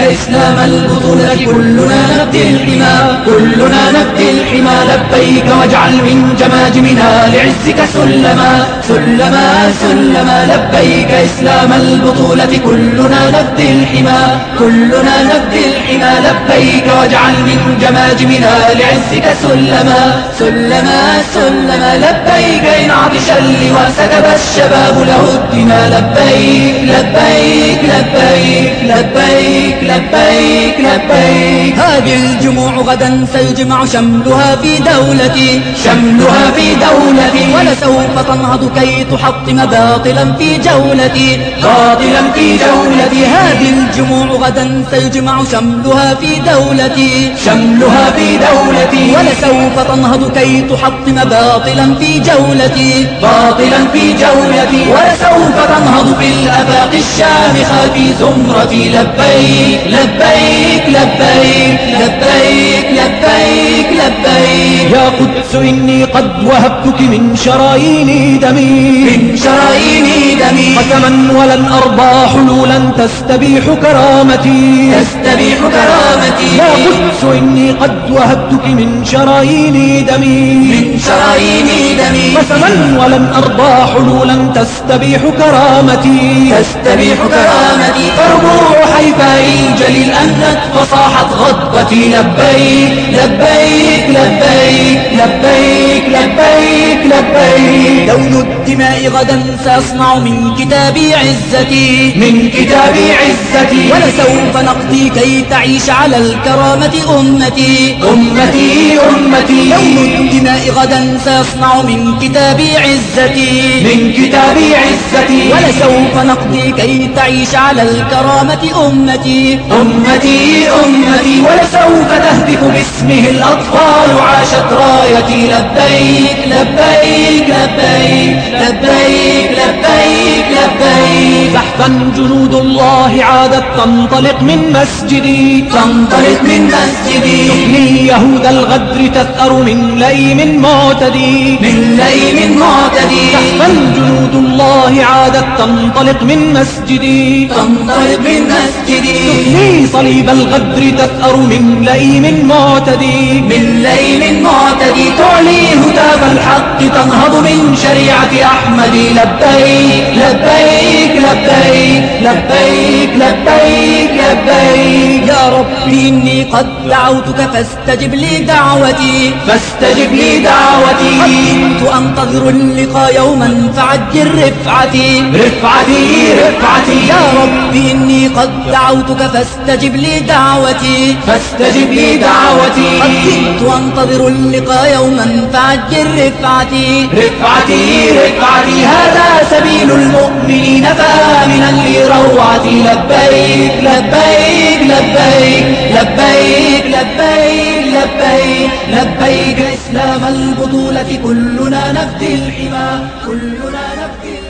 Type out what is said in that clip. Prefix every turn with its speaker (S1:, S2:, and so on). S1: أمام البطولة كلنا نبدي الحمى كلنا نبدي الحمى لبيك واجعل من جماجمنا لعزك سلما سلما سلما لبيك إسلام البطولة كلنا نبدي الحمى كلنا نبدي الحمى لبيك واجعل من جماجمنا لعزك سلما سلما سلما لبيك إن عطش اللواء سكب الشباب له الدماء لبيك لبيك لبيك لبيك لبيك لبيك هذه الجموع غدا سيجمع شملها في دولتي شملها في دولتي ولسوف تنهض كي تحطم باطلا في جولتي باطلا في جولتي هذه الجموع غدا سيجمع شملها في دولتي شملها في دولتي ولسوف تنهض كي تحطم باطلا في جولتي باطلا في جولتي ولسوف تنهض في الأفاق الشامخة في زمرتي لبيك لبيك لبيك لبيك لبيك لبيك يا قدس إني قد وهبتك من شرايين دمي من شرايين دمي قسما ولن أرضى حلولا تستبيح كرامتي تستبيح كرامتي يا قدس إني قد وهبتك من شرايين دمي من شرايين دمي قسما ولن أرضى حلولا تستبيح كرامتي تستبيح كرامتي فربوع حيفاء جليل أنت فصاحت غضبتي لبيك لبيك لبيك لبيك لبيك لبيك لون الدماء غدا سأصنع من كتابي عزتي من كتابي عزتي ولسوف نقضي كي تعيش على الكرامة أمتي أمتي أمتي لون الدماء غدا سأصنع من كتابي عزتي من كتابي عزتي ولسوف نقضي كي تعيش على الكرامة أمتي أمتي أمتي ولسوف تهتف باسمه الأطفال عاشت رايتي لبيك لبيك لبيك لبيك لبيك لبيك بحثا جنود الله عادت تنطلق من مسجدي تنطلق من مسجدي تحمي يهود الغدر تثأر من ليم معتدي من ليم معتدي بحثا جنود الله عادت تنطلق من مسجدي تنطلق من مسجدي تحمي صليب الغدر تثأر من ليم معتدي من ليل معتدي تعلي هتاف الحق تنهض من شريعة أحمد لبيك لبيك لبيك لبيك لبيك لبيك يا ربي إني قد دعوتك فاستجب لي دعوتي فاستجب لي دعوتي قد كنت أنتظر اللقاء يوما فعجل رفعتي رفعتي رفعتي يا ربي إني قد دعوتك فاستجب لي دعوتي فاستجب لي دعوتي قد كنت أنتظر اللقاء يوما فعجل رفعتي رفعتي رفعتي هذا سبيل المؤمنين فآمنا لروعتي لبيك لبيك لبيك لبيك لبيك لبيك لبيك إسلام البطولة كلنا نفدي الحمى كلنا نفدي